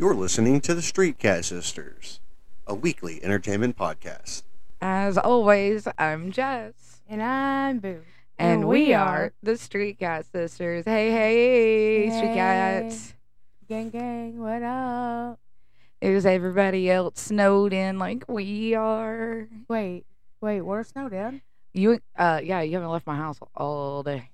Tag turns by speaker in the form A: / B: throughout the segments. A: listening to the Street Cat Sisters, a weekly entertainment podcast.
B: As always, I'm Jess.
C: And I'm Boo.
B: And we are the Street Cat Sisters. Hey, hey, Street
C: Hey.
B: Cats.
C: Gang gang, what up?
B: Is everybody else snowed in like we are?
C: Wait, wait, we're snowed in?
B: You, uh, yeah, you haven't left my house all day.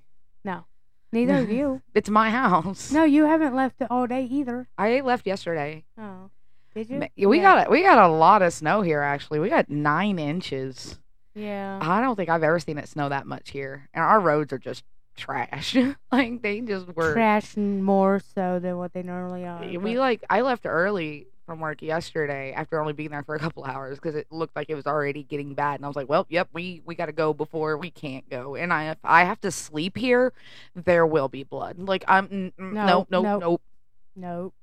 C: No. Neither of you.
B: It's my house.
C: No, you haven't left all day either.
B: I left yesterday.
C: Oh. Did you?
B: Ma- We got a, we got a lot of snow here. Actually, we got nine inches.
C: Yeah.
B: I don't think I've ever seen it snow that much here, and our roads are just trash. like they just were.
C: Trashing more so than what they normally are.
B: Eh, We
C: Uh, but-
B: like I left early from work yesterday after only being there for a couple hours because it looked like it was already getting bad, and I was like, "Well, yep, we we got to go before we can't go." And I if I have to sleep here, there will be blood. Like I'm n- n-
C: No,
B: nope, nope,
C: nope.
B: nope.
C: Nope.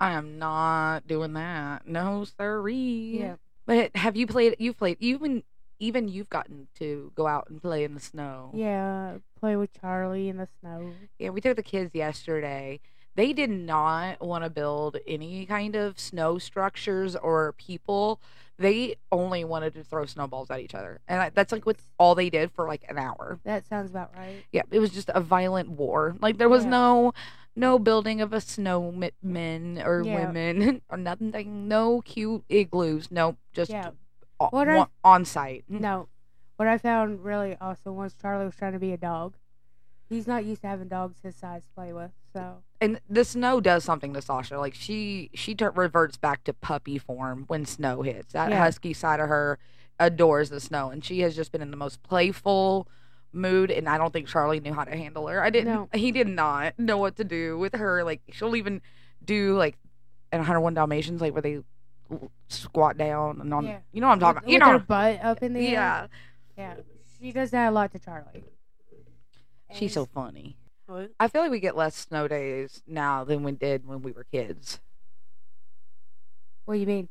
B: I am not doing that. No, sorry.
C: Yeah.
B: But have you played? You've played even even you've gotten to go out and play in the snow.
C: Yeah. Play with Charlie in the snow.
B: Yeah, we took the kids yesterday. They did not want to build any kind of snow structures or people. They only wanted to throw snowballs at each other. And I, that's like what all they did for like an hour.
C: That sounds about right.
B: Yeah, it was just a violent war. Like there was
C: Yeah.
B: no no building of a snowman or
C: Yeah.
B: women or nothing. No cute igloos. No, just
C: Yeah.
B: o-
C: What I-
B: on, on site.
C: No. What I found really awesome was Charlie was trying to be a dog. He's not used to having dogs his size to play with, so
B: and the snow does something to Sasha. Like she she tur reverts back to puppy form when snow hits. That
C: Yeah.
B: husky side of her adores the snow, and she has just been in the most playful mood. And I don't think Charlie knew how to handle her. I didn't.
C: No.
B: He did not know what to do with her. Like she'll even do like in 101 Dalmatians, like where they l- squat down and on.
C: Yeah.
B: You know what I'm talking.
C: with,
B: about. You
C: with
B: know.
C: her butt up in the air.
B: yeah,
C: Yeah, she does that a lot to Charlie.
B: she's so
C: And-
B: funny. I feel like we get less snow days now than we did when we were kids.
C: What do you mean?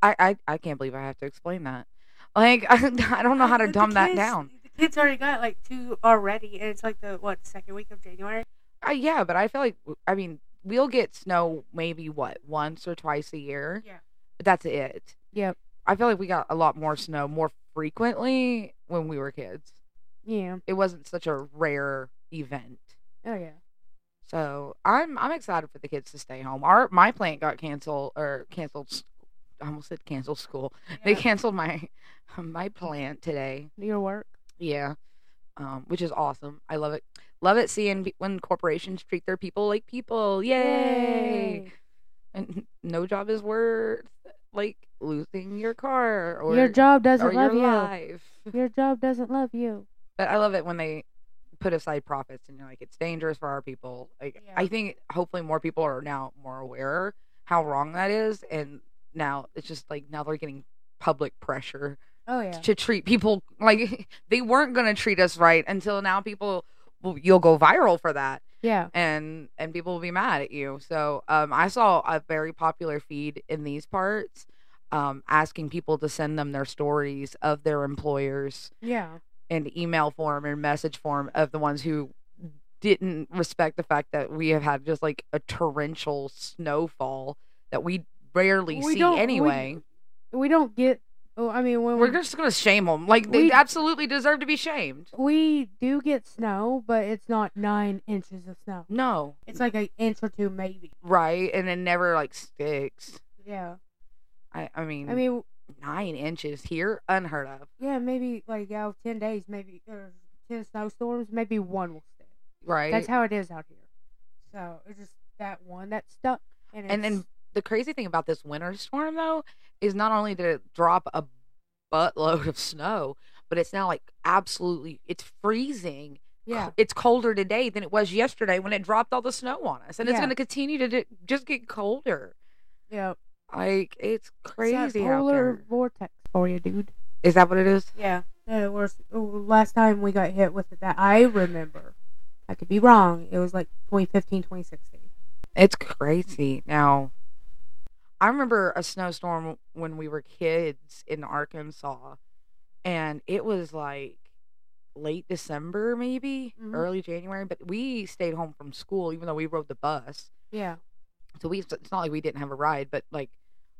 B: I, I, I can't believe I have to explain that. Like I, don't know how to dumb that down.
C: The kids already got like two already, and it's like the what second week of January.
B: I, yeah, but I feel like I mean we'll get snow maybe what once or twice a year.
C: Yeah.
B: but that's it.
C: Yep.
B: I feel like we got a lot more snow more frequently when we were kids.
C: Yeah.
B: It wasn't such a rare event.
C: Oh yeah.
B: So I'm I'm excited for the kids to stay home. Our my plant got canceled or canceled. s- I almost said canceled school. They canceled my my plant today.
C: Your work.
B: Yeah. Um, which is awesome. I love it. Love it seeing pe- when corporations treat their people like people. Yay! And no job is worth like losing your car or
C: your job
B: or
C: doesn't
B: your
C: love you.
B: life.
C: Your job doesn't love you.
B: But I love it when they put aside profits and you're like, it's dangerous for our people. Like
C: Yeah.
B: I think hopefully more people are now more aware how wrong that is, and now it's just like now they're getting public pressure
C: Oh yeah.
B: to treat people like they weren't going to treat us right until now people well, you'll go viral for that
C: Yeah.
B: and and people will be mad at you so um i saw a very popular feed in these parts um asking people to send them their stories of their employers
C: Yeah.
B: in email form and message form of the ones who didn't respect the fact that we have had just like a torrential snowfall that we rarely
C: We
B: see
C: don't- we-
B: anyway Mm.
C: We don't get. Oh, I mean, when
B: we're
C: we,
B: just gonna shame them like they
C: We-
B: absolutely deserve to be shamed
C: we do get snow, but it's not nine inches of snow.
B: no
C: It's like an inch or two, maybe.
B: right and it never like sticks
C: Yeah.
B: i i mean
C: I mean,
B: nine inches here unheard of
C: Yeah, maybe like out of ten days, maybe or ten snowstorms, maybe one will stick.
B: right
C: That's how it is out here. So it's just that one that stuck, and,
B: and then
C: it's-
B: the crazy thing about this winter storm though is not only did it drop a buttload of snow but it's now like absolutely it's freezing
C: yeah,
B: it's colder today than it was yesterday when it dropped all the snow on us and it's
C: Yeah.
B: going to continue to d- just get colder
C: yeah,
B: like it's
C: It's
B: crazy
C: that
B: out
C: polar
B: there.
C: vortex for you, dude.
B: is that what it is
C: Yeah, the worst. oh, Last time we got hit with it, that I remember. I could be wrong. It was like 2015, 2016.
B: It's crazy. Now, I remember a snowstorm when we were kids in Arkansas, and it was like late December, maybe
C: Mhm.
B: early January, but we stayed home from school, even though we rode the bus.
C: Yeah,
B: So we it's not like we didn't have a ride, but like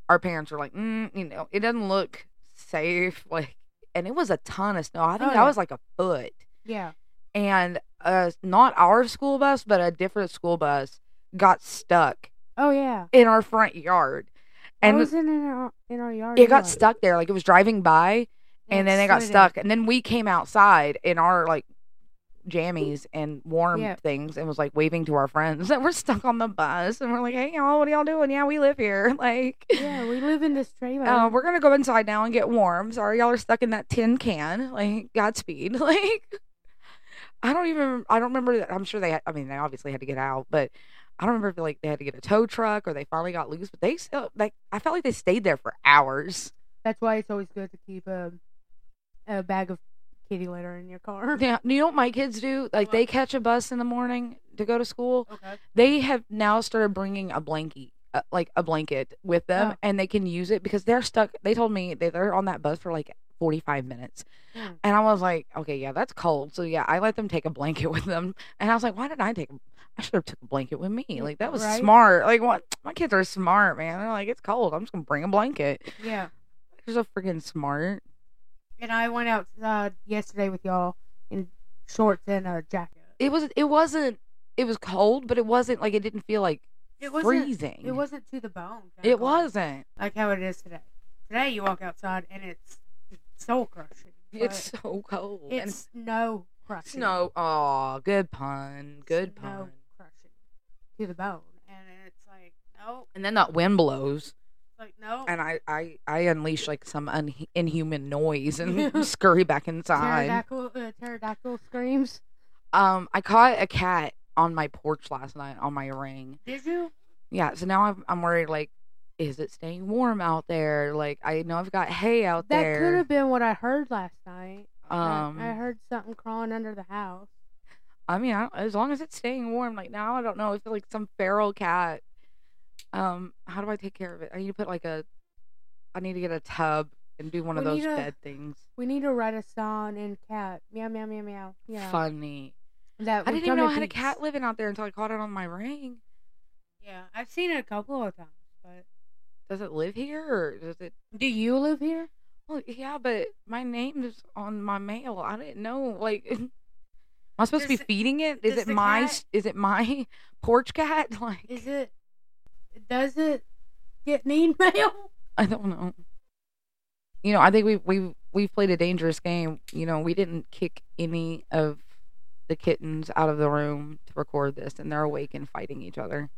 B: our parents were like, mm, you know, it doesn't look safe. Like, and it was a ton of snow. I think
C: Oh,
B: that
C: yeah.
B: was like a foot
C: Yeah.
B: and uh not our school bus but a different school bus got stuck
C: Oh yeah.
B: in our front yard
C: And
B: and
C: was in our in our yard.
B: it got
C: anyway.
B: stuck there like it was driving by
C: Yeah,
B: and then it got
C: slid in.
B: stuck and then we came outside in our like jammies and warm
C: Yeah.
B: things and was like waving to our friends that we're stuck on the bus and we're like hey y'all what are y'all doing yeah we live here like
C: Yeah, we live in this trailer.
B: uh, we're gonna go inside now and get warm. Sorry, y'all are stuck in that tin can. Like Godspeed. Like I don't even. I don't remember. That. I'm sure they. Had, I mean, they obviously had to get out, but I don't remember if like they had to get a tow truck or they finally got loose. But they still like. I felt like they stayed there for hours.
C: That's why it's always good to keep a a bag of kitty litter in your car.
B: Yeah, you know what my kids do? Like they catch a bus in the morning to go to school.
C: Okay.
B: They have now started bringing a blankie. Uh, like a blanket with them,
C: Oh.
B: and they can use it because they're stuck. They told me that they're on that bus for like 45 minutes,
C: Mm.
B: And I was like, okay, yeah, that's cold. So yeah, I let them take a blanket with them. And I was like, why did I take? a- I should have took a blanket with me.
C: Yeah,
B: Like that was
C: right?
B: smart. Like what? My kids are smart, man. They're like, it's cold. I'm just gonna bring a blanket.
C: Yeah.
B: They're so freaking smart.
C: And I went outside yesterday with y'all in shorts and a jacket.
B: It was. It wasn't. It was cold, but it wasn't like it didn't feel like
C: It
B: freezing.
C: It wasn't to the bone. kinda
B: It
C: cold,
B: wasn't.
C: like how it is today. Today you walk outside and it's soul crushing. but
B: It's so cold.
C: it's snow
B: and
C: crushing.
B: snow. Oh, good pun. Good
C: snow
B: pun.
C: crushing to the bone, and it's like no,
B: And then that wind blows.
C: like no.
B: and I, I, I unleash like some un- inhuman noise and scurry back inside.
C: Pterodactyl, uh, pterodactyl screams.
B: Um, I caught a cat on my porch last night on my ring.
C: Did you?
B: Yeah, so now I'm, I'm worried. Like, is it staying warm out there? Like, I know I've got hay out
C: That could
B: there.
C: have been what I heard last night. I-
B: Um,
C: I heard something crawling under the house.
B: I mean, I, as long as it's staying warm. Like now, I don't know. It's like some feral cat. Um, how do I take care of it? I need to put like a. I need to get a tub and do one of
C: We
B: those
C: need a-
B: bed things.
C: We need to write a song in cat. Meow meow meow meow. Yeah.
B: Funny.
C: That
B: I didn't
C: would
B: even
C: come
B: know
C: to
B: I had a
C: peace.
B: cat living out there until I caught it on my ring.
C: Yeah, I've seen it a couple of times, but
B: Does it live here or does it?
C: do you live here?
B: Well, yeah, but my name is on my mail. I didn't know. Like, am I supposed to
C: Does-
B: be feeding it? Is
C: does
B: it
C: the
B: my?
C: cat-
B: s- Is it my porch cat? Like,
C: Is it? Does it get mean mail?
B: I don't know. You know, I think we we we played a dangerous game. You know, we didn't kick any of the kittens out of the room to record this, and they're awake and fighting each other.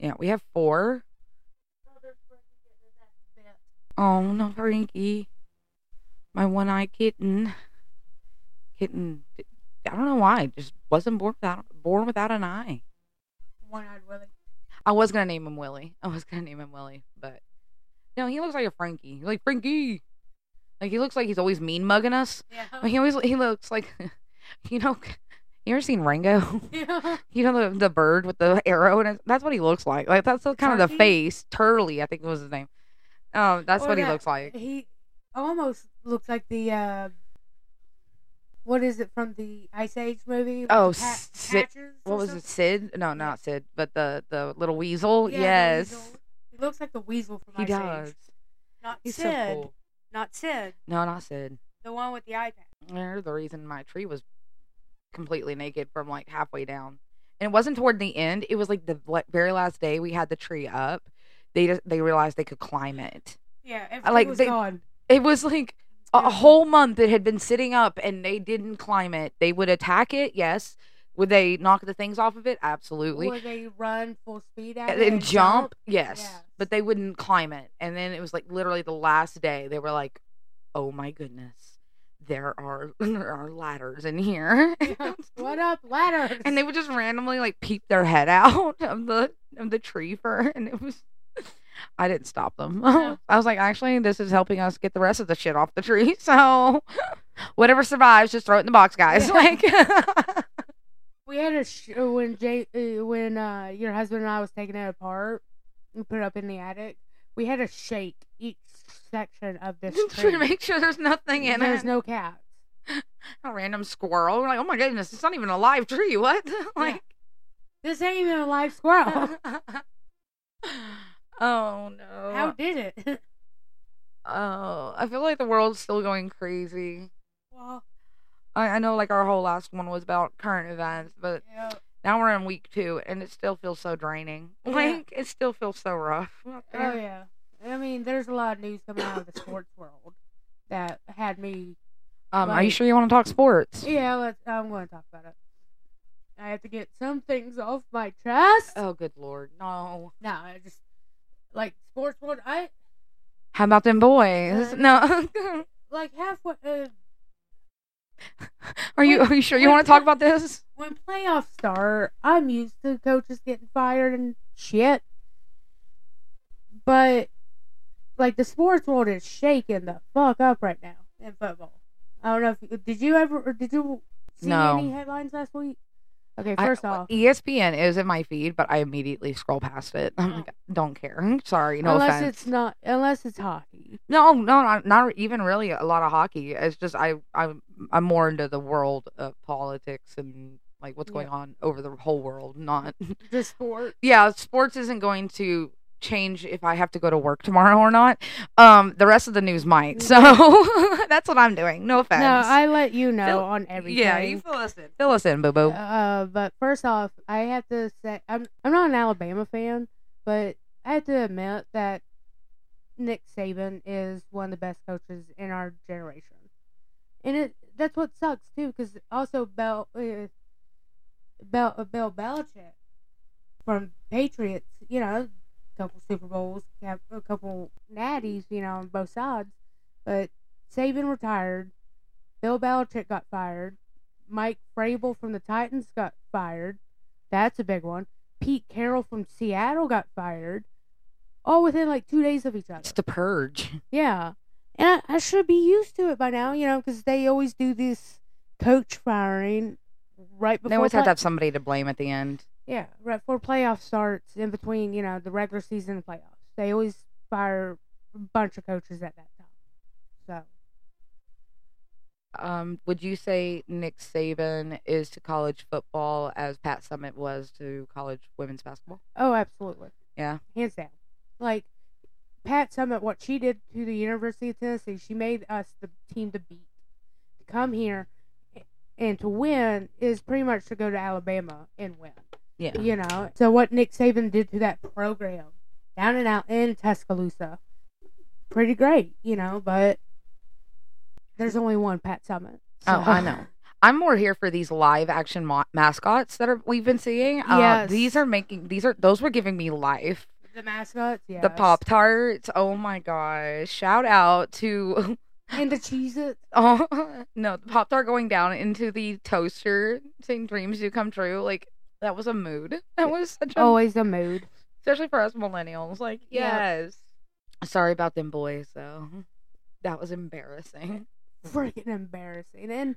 B: Yeah, we have four. Oh no, Frankie. My one eyed kitten. Kitten. I don't know why. Just wasn't born without born without an eye.
C: One-eyed Willie.
B: I was gonna name him Willie. I was gonna name him Willie, but no, he looks like a Frankie. He's like Frankie. Like he looks like he's always mean mugging us.
C: Yeah.
B: He always he looks like you know you ever seen Rango? You know the, the bird with the arrow and that's what he looks like. Like that's the, kind of
C: Turkey? Oh,
B: the face. Turley, I think was his name. Um, that's
C: Or
B: what he
C: that-
B: looks like.
C: He almost looks like the uh, what is it from the Ice Age movie? with
B: Oh,
C: the pa-
B: Sid-
C: patches or
B: What was it,
C: something?
B: Sid? No, not Sid, but the the little weasel.
C: Yeah, the
B: yes,
C: weasel. He looks like the weasel from
B: he
C: Ice
B: does.
C: Age. Not
B: He's
C: Sid.
B: so cool.
C: Not Sid.
B: No, not Sid.
C: The one with the iPad.
B: They're the reason my tree was completely naked from like halfway down, and it wasn't toward the end. It was like the la- very last day we had the tree up. They just they realized they could climb it.
C: Yeah, everything
B: like
C: was
B: they-
C: gone.
B: It was like a a whole month it had been sitting up and they didn't climb it. They would attack it, yes. Would they knock the things off of it? Absolutely.
C: Where they run full speed at
B: and
C: it
B: then jump, yes.
C: Yes.
B: But they wouldn't climb it. And then it was like literally the last day they were like, "Oh my goodness. There are there are ladders in here."
C: what up, ladders?
B: and they would just randomly like peep their head out of the of the tree fur and it was I didn't stop them.
C: No.
B: I was like, actually, this is helping us get the rest of the shit off the tree. So, whatever survives, just throw it in the box, guys.
C: Yeah.
B: Like,
C: We had a sh- uh, when Jay uh, when uh your husband and I was taking it apart and put it up in the attic. We had to shake each section of this
B: just
C: tree.
B: to make sure there's nothing in
C: There's
B: it.
C: no cats.
B: a random squirrel. We're like, oh my goodness, it's not even a live tree. What? like,
C: Oh. This ain't even a live squirrel.
B: Oh no.
C: How did it?
B: oh, I feel like the world's still going crazy.
C: well,
B: I, I know like our whole last one was about current events, but
C: yeah.
B: now we're in week two and it still feels so draining.
C: Yeah.
B: Like it still feels so rough. out
C: Oh
B: there.
C: yeah. I mean, there's a lot of news coming out of the sports world that had me.
B: Um, are you
C: Like-
B: sure you want to talk sports?
C: Yeah, let's, I'm going to talk about it. I have to get some things off my chest.
B: Oh good lord, no.
C: No, I just like sports world. I
B: How about them boys?
C: Uh,
B: No.
C: like halfway uh,
B: are you
C: wait,
B: are you sure you
C: wait,
B: want to talk
C: what-
B: about this?
C: when playoffs start. I'm used to coaches getting fired and shit, but like the sports world is shaking the fuck up right now in football. I don't know if did you ever or did you see
B: No.
C: any headlines last week? Okay,
B: I- E
C: first off,
B: ESPN is in my feed, but I immediately scroll past it. I'm like, don't care. Sorry, no
C: Oh. unless
B: offense.
C: it's not unless it's hockey.
B: No, no, not, not even really a lot of hockey. It's just I, I'm, I'm more into the world of politics and like what's
C: Yeah.
B: going on over the whole world. Not,
C: Just sport.
B: yeah, sports isn't going to change if I have to go to work tomorrow or not. Um, the rest of the news might. So that's what I'm doing. No offense.
C: No, I let you know
B: Phil-
C: on everything.
B: yeah, you fill us in. Fill us in, boo boo.
C: Uh, but first off, I have to say I'm I'm not an Alabama fan, but I have to admit that Nick Saban is one of the best coaches in our generation, and it that's what sucks too because also Bell uh, Bell uh, Bill Belichick from Patriots, you know, couple Super Bowls, have a couple natties, you know, on both sides, but Saban retired, Bill Belichick got fired. Mike Frabel from the Titans got fired. That's a big one. Pete Carroll from Seattle got fired. All within like two days of each other.
B: It's the purge.
C: Yeah. And I, I should be used to it by now, you know, because they always do this coach firing right before.
B: They always have to
C: play-
B: have somebody to blame at the end.
C: Yeah, right before playoff starts, in between, you know, the regular season and playoffs. They always fire a bunch of coaches at that time.
B: Um, would you say Nick Saban is to college football as Pat Summit was to college women's basketball?
C: So, oh, absolutely.
B: Yeah.
C: hands down. Like Pat Summit, what she did to the University of Tennessee, she made us the team to beat. To come here and to win is pretty much to go to Alabama and win.
B: Yeah.
C: You know, so what Nick Saban did to that program down and out in Tuscaloosa, pretty great. You know, but there's only one Pat Summit.
B: Oh,
C: so-
B: I know. I'm more here for these live action mo- mascots that are we've been seeing. Uh,
C: Yes.
B: These are making these are those were giving me life.
C: The mascots, yeah.
B: The Pop Tarts. Oh my gosh. Shout out to
C: and the cheese it.
B: oh no, the Pop Tart going down into the toaster saying dreams do come true. Like that was a mood. That was such a
C: Always a mood.
B: especially for us millennials. Like,
C: Yeah.
B: yes. Sorry about them boys, though. That was embarrassing.
C: freaking embarrassing. And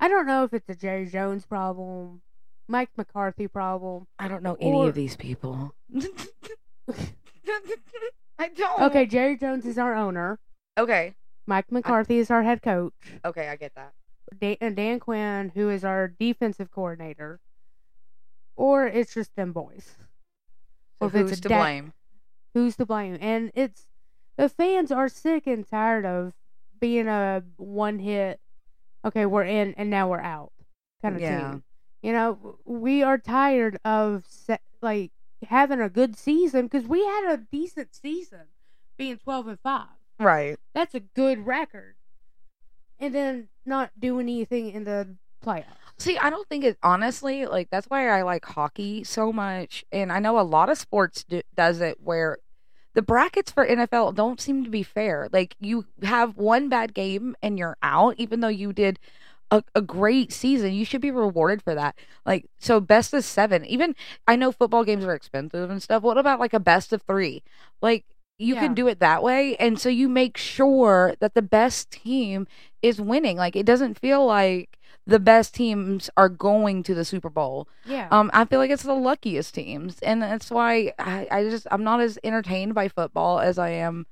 C: I don't know if it's a Jerry Jones problem, Mike McCarthy problem.
B: I don't know
C: Or-
B: these people. I don't.
C: Okay, Jerry Jones is our owner.
B: Okay.
C: Mike McCarthy is our head coach.
B: Okay. I get that.
C: Dan, and Dan Quinn, who is our defensive coordinator. Or it's just them boys.
B: So
C: Or if it's
B: who's
C: a
B: to
C: dad-
B: blame?
C: Who's to blame? And it's the fans are sick and tired of being a one hit. Okay, we're in and now we're out kind of
B: Yeah.
C: team. You know, w- we are tired of se- like having a good season because we had a decent season, being twelve and five.
B: Right.
C: That's a good record, and then not doing anything in the playoffs.
B: See, I don't think it honestly like that's why I like hockey so much, and I know a lot of sports do, does it where the brackets for NFL don't seem to be fair. Like you have one bad game and you're out, even though you did a, a great season. You should be rewarded for that. Like so, best of seven. Even I know football games are expensive and stuff. What about like a best of three? Like you
C: Yeah.
B: can do it that way, and so you make sure that the best team is winning. Like it doesn't feel like the best teams are going to the Super Bowl.
C: Yeah,
B: Um, I feel like it's the luckiest teams, and that's why I, I just I'm not as entertained by football as I am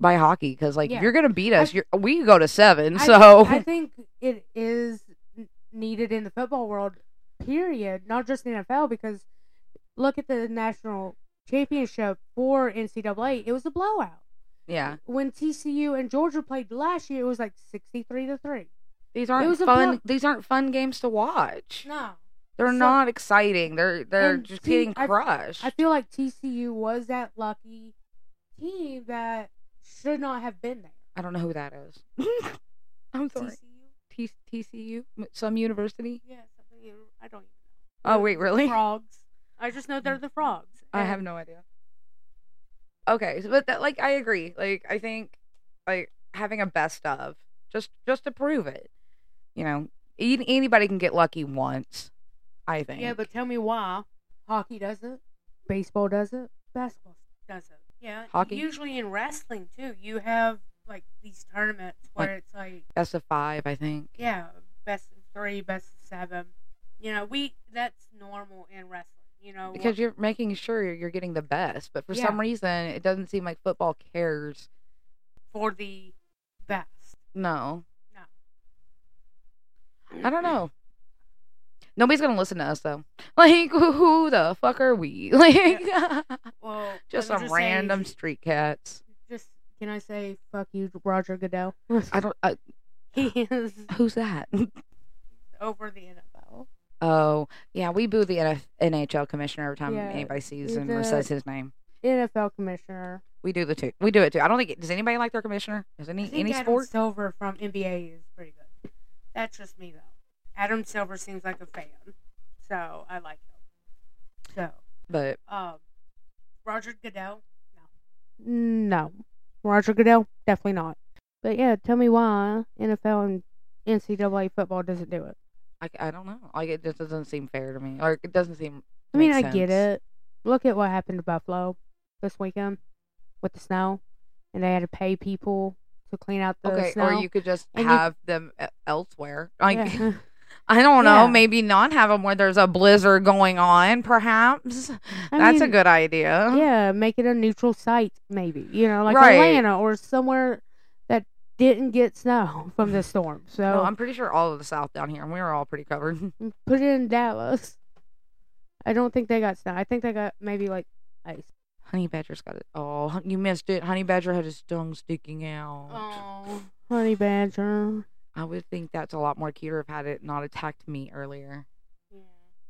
B: by hockey because like
C: Yeah.
B: you're gonna beat us,
C: I-
B: you're, we could go to seven.
C: I-
B: so
C: I think it is n- needed in the football world, period. Not just in NFL because look at the national championship for NCAA, it was a blowout.
B: Yeah.
C: When TCU and Georgia played last year, it was like sixty-three to three.
B: These aren't
C: was a
B: fun.
C: blow-
B: These aren't fun games to watch.
C: No,
B: They're
C: So-
B: not exciting. They're they're
C: And
B: just
C: see,
B: getting
C: I-
B: crushed.
C: I feel like TCU was that lucky team that should not have been there.
B: I don't know who that is. I'm sorry.
C: TCU,
B: T- TCU, some university.
C: yeah, something you- I don't even
B: Oh wait, really?
C: know. Frogs. I just know they're the frogs.
B: I have
C: and-
B: no idea. Okay, so, but that, like I agree. Like I think like having a best of just just to prove it. You know, an- anybody can get lucky once. I think.
C: Yeah, but tell me why hockey doesn't, baseball doesn't, basketball doesn't. Yeah,
B: Hockey?
C: Usually in wrestling too, you have like these tournaments where it's like
B: best of five, I think.
C: yeah, best of three, best of seven. You know, we that's normal in wrestling. You know,
B: Because you're making sure you're getting the best, but for
C: Yeah.
B: some reason, it doesn't seem like football cares.
C: for the best.
B: No,
C: No,
B: I don't know. Nobody's gonna listen to us though. Like, who, who the fuck are we? Like,
C: Well,
B: just
C: let
B: some
C: me say-
B: random street cats.
C: just can I say fuck you, Roger Goodell?
B: I don't.
C: uh,
B: I,
C: he is
B: who's that?
C: over the NFL.
B: Oh, yeah, we boo the NF- NHL commissioner every time
C: Yeah,
B: anybody sees
C: he's
B: him
C: a-
B: or says his name.
C: NFL commissioner.
B: We do the two. We do it too. I don't think it, does anybody like their commissioner. Is
C: I
B: any
C: think
B: any
C: Adam
B: sport?
C: Silver from NBA is pretty good. That's just me though. Adam Silver seems like a fan, so I like him.
B: But
C: So, um, Roger Goodell, no, no, Roger Goodell, definitely not. But yeah, tell me why NFL and NCAA football doesn't do it.
B: I, I don't know. Like it just doesn't seem fair to me, or it doesn't seem.
C: I mean,
B: make
C: I get
B: sense.
C: it. Look at what happened to Buffalo this weekend with the snow, and they had to pay people to clean out the
B: Okay,
C: snow.
B: or you could just
C: And you-
B: have them e- elsewhere. Like
C: Yeah.
B: I don't know,
C: Yeah.
B: maybe not have them where there's a blizzard going on. Perhaps
C: I
B: that's a
C: mean,
B: good idea.
C: Yeah, make it a neutral site, maybe. You know, like
B: Uh-huh. Right.
C: Atlanta or somewhere that didn't get snow from the storm. So mm,
B: No, I'm pretty sure all of the South down here, and we were all pretty covered.
C: put it in Dallas. I don't think they got snow. I think they got maybe like ice.
B: Honey Badger's got it. Oh, hun- you missed it. Honey Badger had his tongue sticking out.
C: Oh, honey badger.
B: I would think that's a lot more cuter if had it not attacked me earlier.
C: Yeah.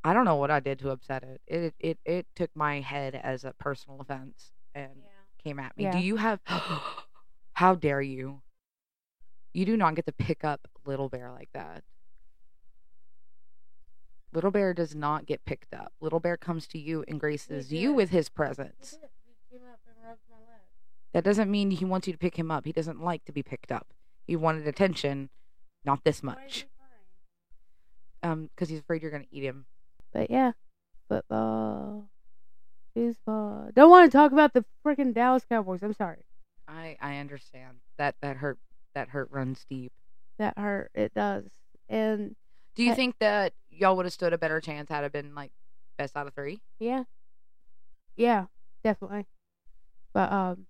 B: I don't know what I did to upset it. It it it took my head as a personal offense and came at me. Do
C: Yeah.
B: you have? How dare you? You do not get to pick up Little Bear like that. Little Bear does not get picked up. Little Bear comes to you and graces you
C: did.
B: with his presence. That doesn't mean he wants you to pick him up. He doesn't like to be picked up. He wanted attention, not this much. Um, because he's afraid you're gonna eat him.
C: But yeah, football, baseball. Don't want to talk about the freaking Dallas Cowboys. I'm sorry.
B: I I understand that that hurt that hurt runs deep.
C: That hurt. It does. And
B: Do you
C: I-
B: think that y'all would have stood a better chance had it been like best out of three?
C: Yeah. Yeah, definitely. But um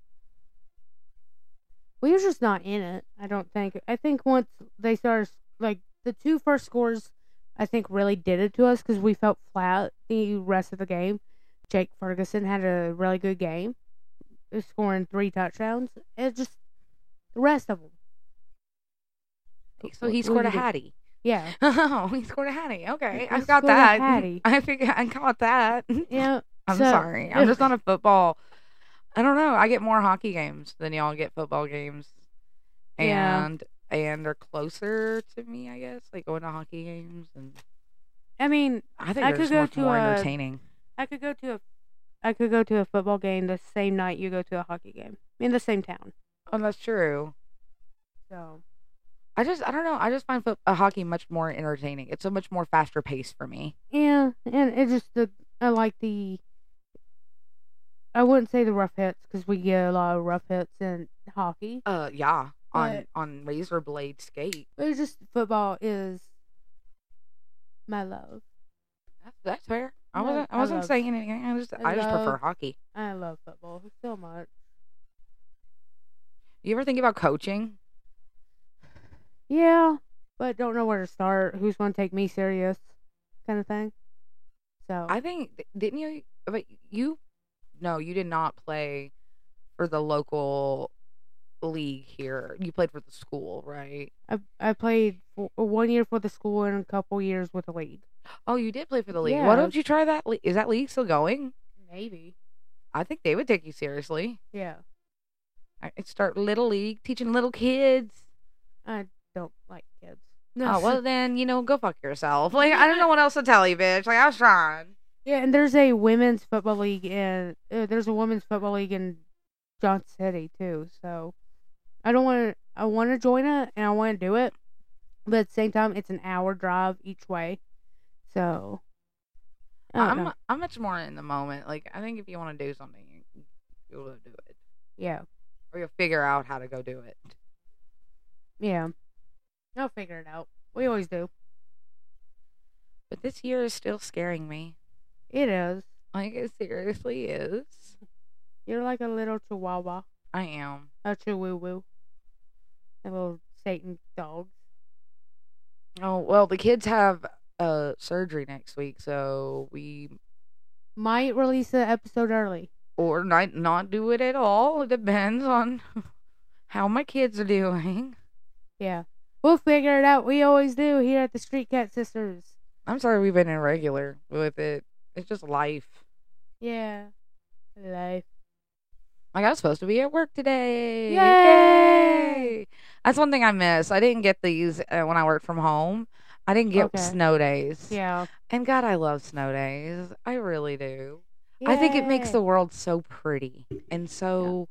C: we were just not in it, I don't think. I think once they started like the two first scores I think really did it to us cuz we felt flat the rest of the game. Jake Ferguson had a really good game, uh, scoring three touchdowns. It just the rest of them.
B: So he scored a hattie.
C: Yeah.
B: Oh, he scored a hattie. Okay,
C: He
B: I got
C: scored a
B: that.
C: hattie.
B: I figured I caught that.
C: Yeah.
B: I'm
C: So-
B: sorry. I'm just not a football. I don't know. I get more hockey games than y'all get football games,
C: Yeah.
B: and and they're closer to me. I guess like going to hockey games, and
C: I mean,
B: I think
C: I
B: they're
C: could
B: just much
C: go to
B: more
C: a-
B: entertaining.
C: I could go to a I could go to a football game the same night you go to a hockey game in the same town.
B: Oh, that's true.
C: So
B: I just I don't know. I just find foot, uh, hockey much more entertaining. It's a much more faster pace for me.
C: yeah, and it just the I like the I wouldn't say the rough hits because we get a lot of rough hits in hockey,
B: Uh, yeah, on
C: But-
B: on razor blade skate.
C: but it's just football is my love.
B: That's, that's fair. I
C: No,
B: wasn't I
C: I
B: wasn't
C: love-
B: saying anything. I just
C: I
B: I, just prefer
C: love-
B: hockey.
C: I love football so much.
B: You ever think about coaching?
C: Yeah, but don't know where to start. Who's gonna take me serious, kind of thing. So
B: I think didn't you? But you no, you did not play for the local league here. You played for the school, right?
C: I, I played for, one year for the school and a couple years with the league.
B: Oh, you did play for the league. Why
C: Yeah.
B: don't you try that? le- Is that league still going?
C: Maybe.
B: I think they would take you seriously.
C: Yeah.
B: I I'd start little league, teaching little kids.
C: I don't like kids.
B: Oh well, then you know, go fuck yourself. Like I don't know what else to tell you, bitch. Like I was trying.
C: Yeah, and there's a women's football league in uh, there's a women's football league in Johnson City too. So I don't want to. I want to join it and I want to do it, but at the same time, it's an hour drive each way. So I don't
B: I'm
C: know.
B: I'm much more in the moment. Like I think if you want to do something, you- you'll go do it,
C: yeah,
B: or you'll figure out how to go do it.
C: yeah. I'll figure it out. We always do.
B: But this year is still scaring me.
C: It is.
B: Like it seriously is.
C: You're like a little chihuahua,
B: I am.
C: a chihuahua, a little Satan dog.
B: Oh well, the kids have uh surgery next week, so we
C: Might release the episode early.
B: or not not do it at all. It depends on how my kids are doing.
C: Yeah. We'll figure it out. We always do here at the Street Cat Sisters.
B: I'm sorry we've been irregular with it. It's just life.
C: Yeah. Life.
B: Like I was supposed to be at work today.
C: Yay!
B: That's one thing I miss. I didn't get these uh, when I worked from home. I didn't get
C: Okay.
B: snow days.
C: Yeah.
B: And God, I love snow days. I really do. I think it makes the world so pretty and so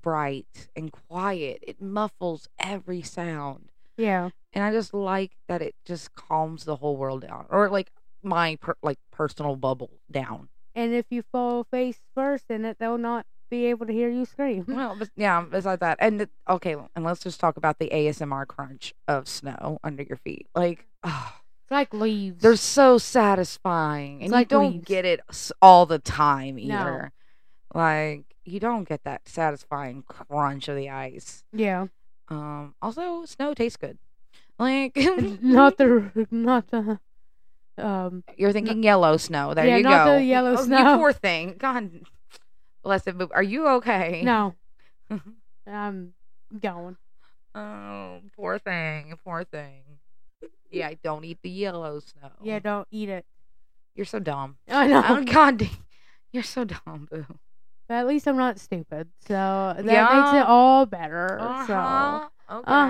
B: bright and quiet. It muffles every sound.
C: Yeah.
B: And I just like that it just calms the whole world down or like my per- like personal bubble down.
C: And if you fall face first in it, they'll not be able to hear you scream.
B: Well, but yeah, besides that, and the, okay, and let's just talk about the ASMR crunch of snow under your feet. Like, ah,
C: It's like leaves.
B: they're so satisfying, and
C: It's
B: you
C: like
B: don't
C: leaves.
B: get it s- all the time
C: No.
B: either. Like, you don't get that satisfying crunch of the ice.
C: Yeah.
B: Um, also, snow tastes good. Like,
C: not the not the um
B: you're thinking yellow snow. There
C: Yeah,
B: you
C: not
B: go.
C: the yellow
B: Oh, you
C: snow.
B: poor thing. God bless it. But are you okay?
C: no. I'm going.
B: Oh, poor thing, poor thing. Yeah, don't eat the yellow snow.
C: Yeah, don't eat it.
B: you're so dumb.
C: I know.
B: Oh God, dang. you're so dumb, boo.
C: but at least I'm not stupid. So that makes
B: Yeah.
C: it all better. So
B: Uh-huh, Okay.
C: Uh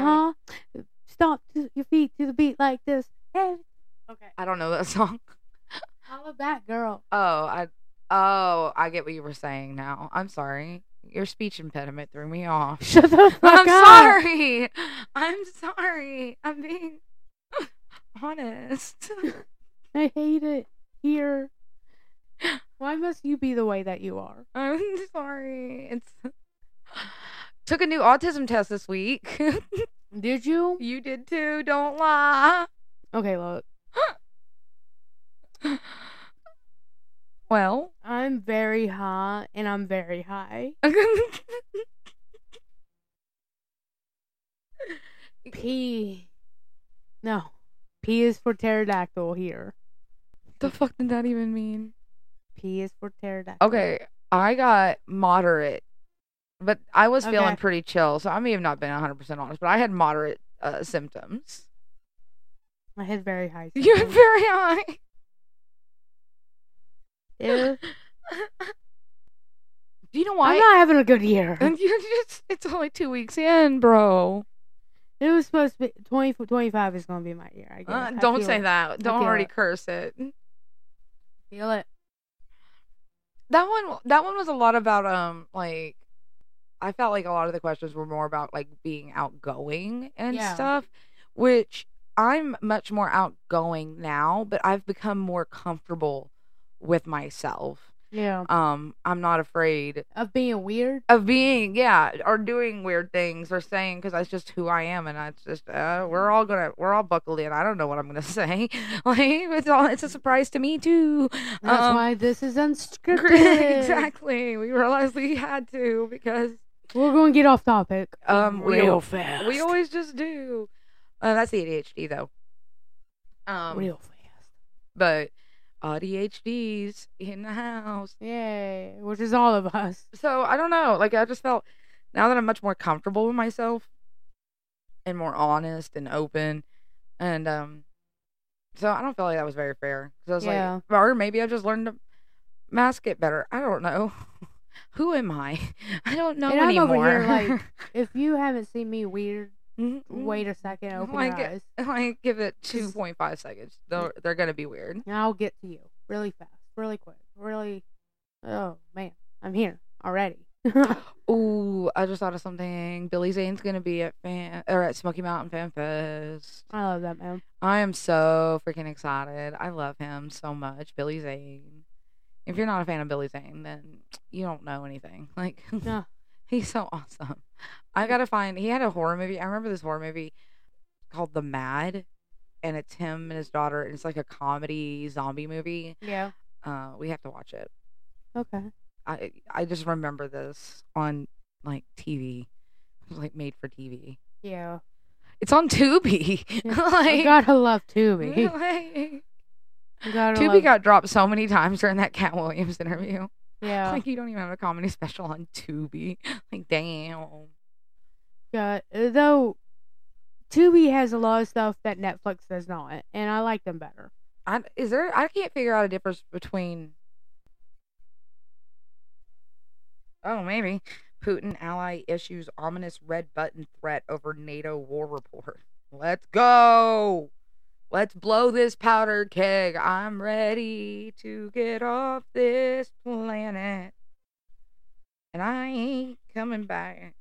C: huh. Stomp to your feet to the beat like this. Hey. Okay.
B: I don't know that song.
C: All of that, girl.
B: Oh, I. Oh, I get what you were saying now. I'm sorry. Your speech impediment threw me off.
C: Shut the
B: I'm
C: fuck up.
B: sorry. I'm sorry. I'm being honest.
C: I hate it here. Why must you be the way that you are?
B: I'm sorry. It's took a new autism test this week.
C: Did you?
B: you did too. Don't lie.
C: Okay, look.
B: Well,
C: I'm very hot and I'm very high. P. No. P is for pterodactyl here.
B: the fuck did that even mean?
C: P is for pterodactyl.
B: Okay, I got moderate, but I was feeling
C: Okay.
B: pretty chill, so I may have not been 100% honest, but I had moderate uh, symptoms.
C: My head's very high.
B: You're
C: sometimes.
B: very high.
C: Ew.
B: Do you know
C: I'm
B: why?
C: not having a good year.
B: and you're just, it's only two weeks in, bro.
C: It was supposed to be 20, 25 is going to be my year. I guess.
B: Uh, don't say that. Don't
C: feel
B: already
C: it.
B: curse it.
C: Feel it.
B: That one that one was a lot about um like I felt like a lot of the questions were more about like being outgoing and
C: Yeah.
B: stuff, which I'm much more outgoing now, but I've become more comfortable with myself.
C: Yeah.
B: Um I'm not afraid
C: Of being weird.
B: of being yeah or doing weird things or saying because that's just who i am and that's just uh, we're all gonna we're all buckled in i don't know what i'm gonna say like it's all it's a surprise to me too
C: That's
B: Um,
C: why this is unscripted.
B: exactly we realized we had to because
C: We're going to get off topic.
B: um we, al-
C: fast.
B: we always just do uh, that's the adhd though um
C: real fast.
B: but uh, ADHDs in the house.
C: Yay. Which is all of us.
B: So I don't know. Like I just felt now that I'm much more comfortable with myself and more honest and open, and um, so I don't feel like that was very fair. 'Cause I was
C: Yeah.
B: like, or maybe I just learned to mask it better. I don't know. Who am I? I don't know
C: And I'm over
B: anymore.
C: here, like, If you haven't seen me weird,
B: Mhm.
C: wait a second. Open
B: Like
C: your
B: it-
C: eyes.
B: I give it two
C: Just-
B: point five seconds. They're they're gonna be weird.
C: And I'll get to you really fast, really quick, really. Oh, man. I'm here already.
B: Ooh, I just thought of something. Billy Zane's gonna be at fan or at Smoky Mountain Fan Fest.
C: I love that, man.
B: I am so freaking excited. I love him so much, Billy Zane. If you're not a fan of Billy Zane, then you don't know anything. Like,
C: Yeah.
B: he's so awesome. I gotta find. He had a horror movie. I remember this horror movie called The Mad, and it's him and his daughter, and it's like a comedy zombie movie.
C: Yeah.
B: Uh, we have to watch it.
C: Okay.
B: I I just remember this on like TV. It was like made for TV.
C: Yeah.
B: It's on Tubi.
C: I
B: like,
C: gotta love Oh, Tubi.
B: like,
C: You gotta
B: Tubi
C: love-
B: got dropped so many times during that Cat Williams interview.
C: yeah.
B: Like you don't even have a comedy special on Tubi. Like damn.
C: got uh, though. Tubi has a lot of stuff that Netflix does not, and I like them better.
B: I, is there? I can't figure out a difference between. Oh, maybe Putin ally issues ominous red button threat over NATO war report. Let's go. Let's blow this powder keg. I'm ready to get off this planet. And I ain't coming back.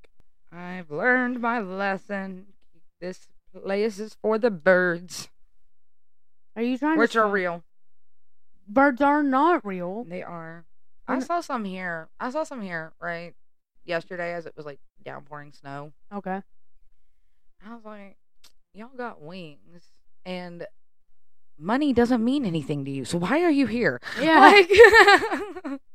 B: I've learned my lesson. This place is for the birds,
C: Are you trying
B: which
C: to?
B: are
C: say
B: real.
C: Birds are not real.
B: They are.
C: They're
B: I
C: not-
B: saw some here. I saw some here, right? Yesterday as it was like downpouring snow.
C: Okay.
B: I was like, y'all got wings and money doesn't mean anything to you. So why are you here?
C: Yeah.
B: Like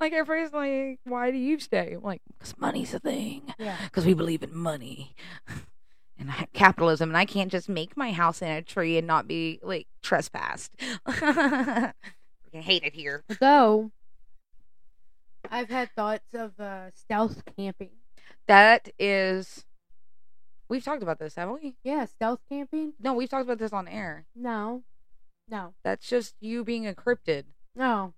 B: Like everybody's like, why do you stay? I'm like, because money's a thing.
C: yeah.
B: Because we believe in money and I- capitalism. And I can't just make my house in a tree and not be like trespassed. I hate it here.
C: Though, I've had thoughts of uh, stealth camping.
B: That is, we've talked about this, haven't we?
C: Yeah, stealth camping.
B: No, we've talked about this on air.
C: No, no,
B: That's just you being encrypted.
C: no.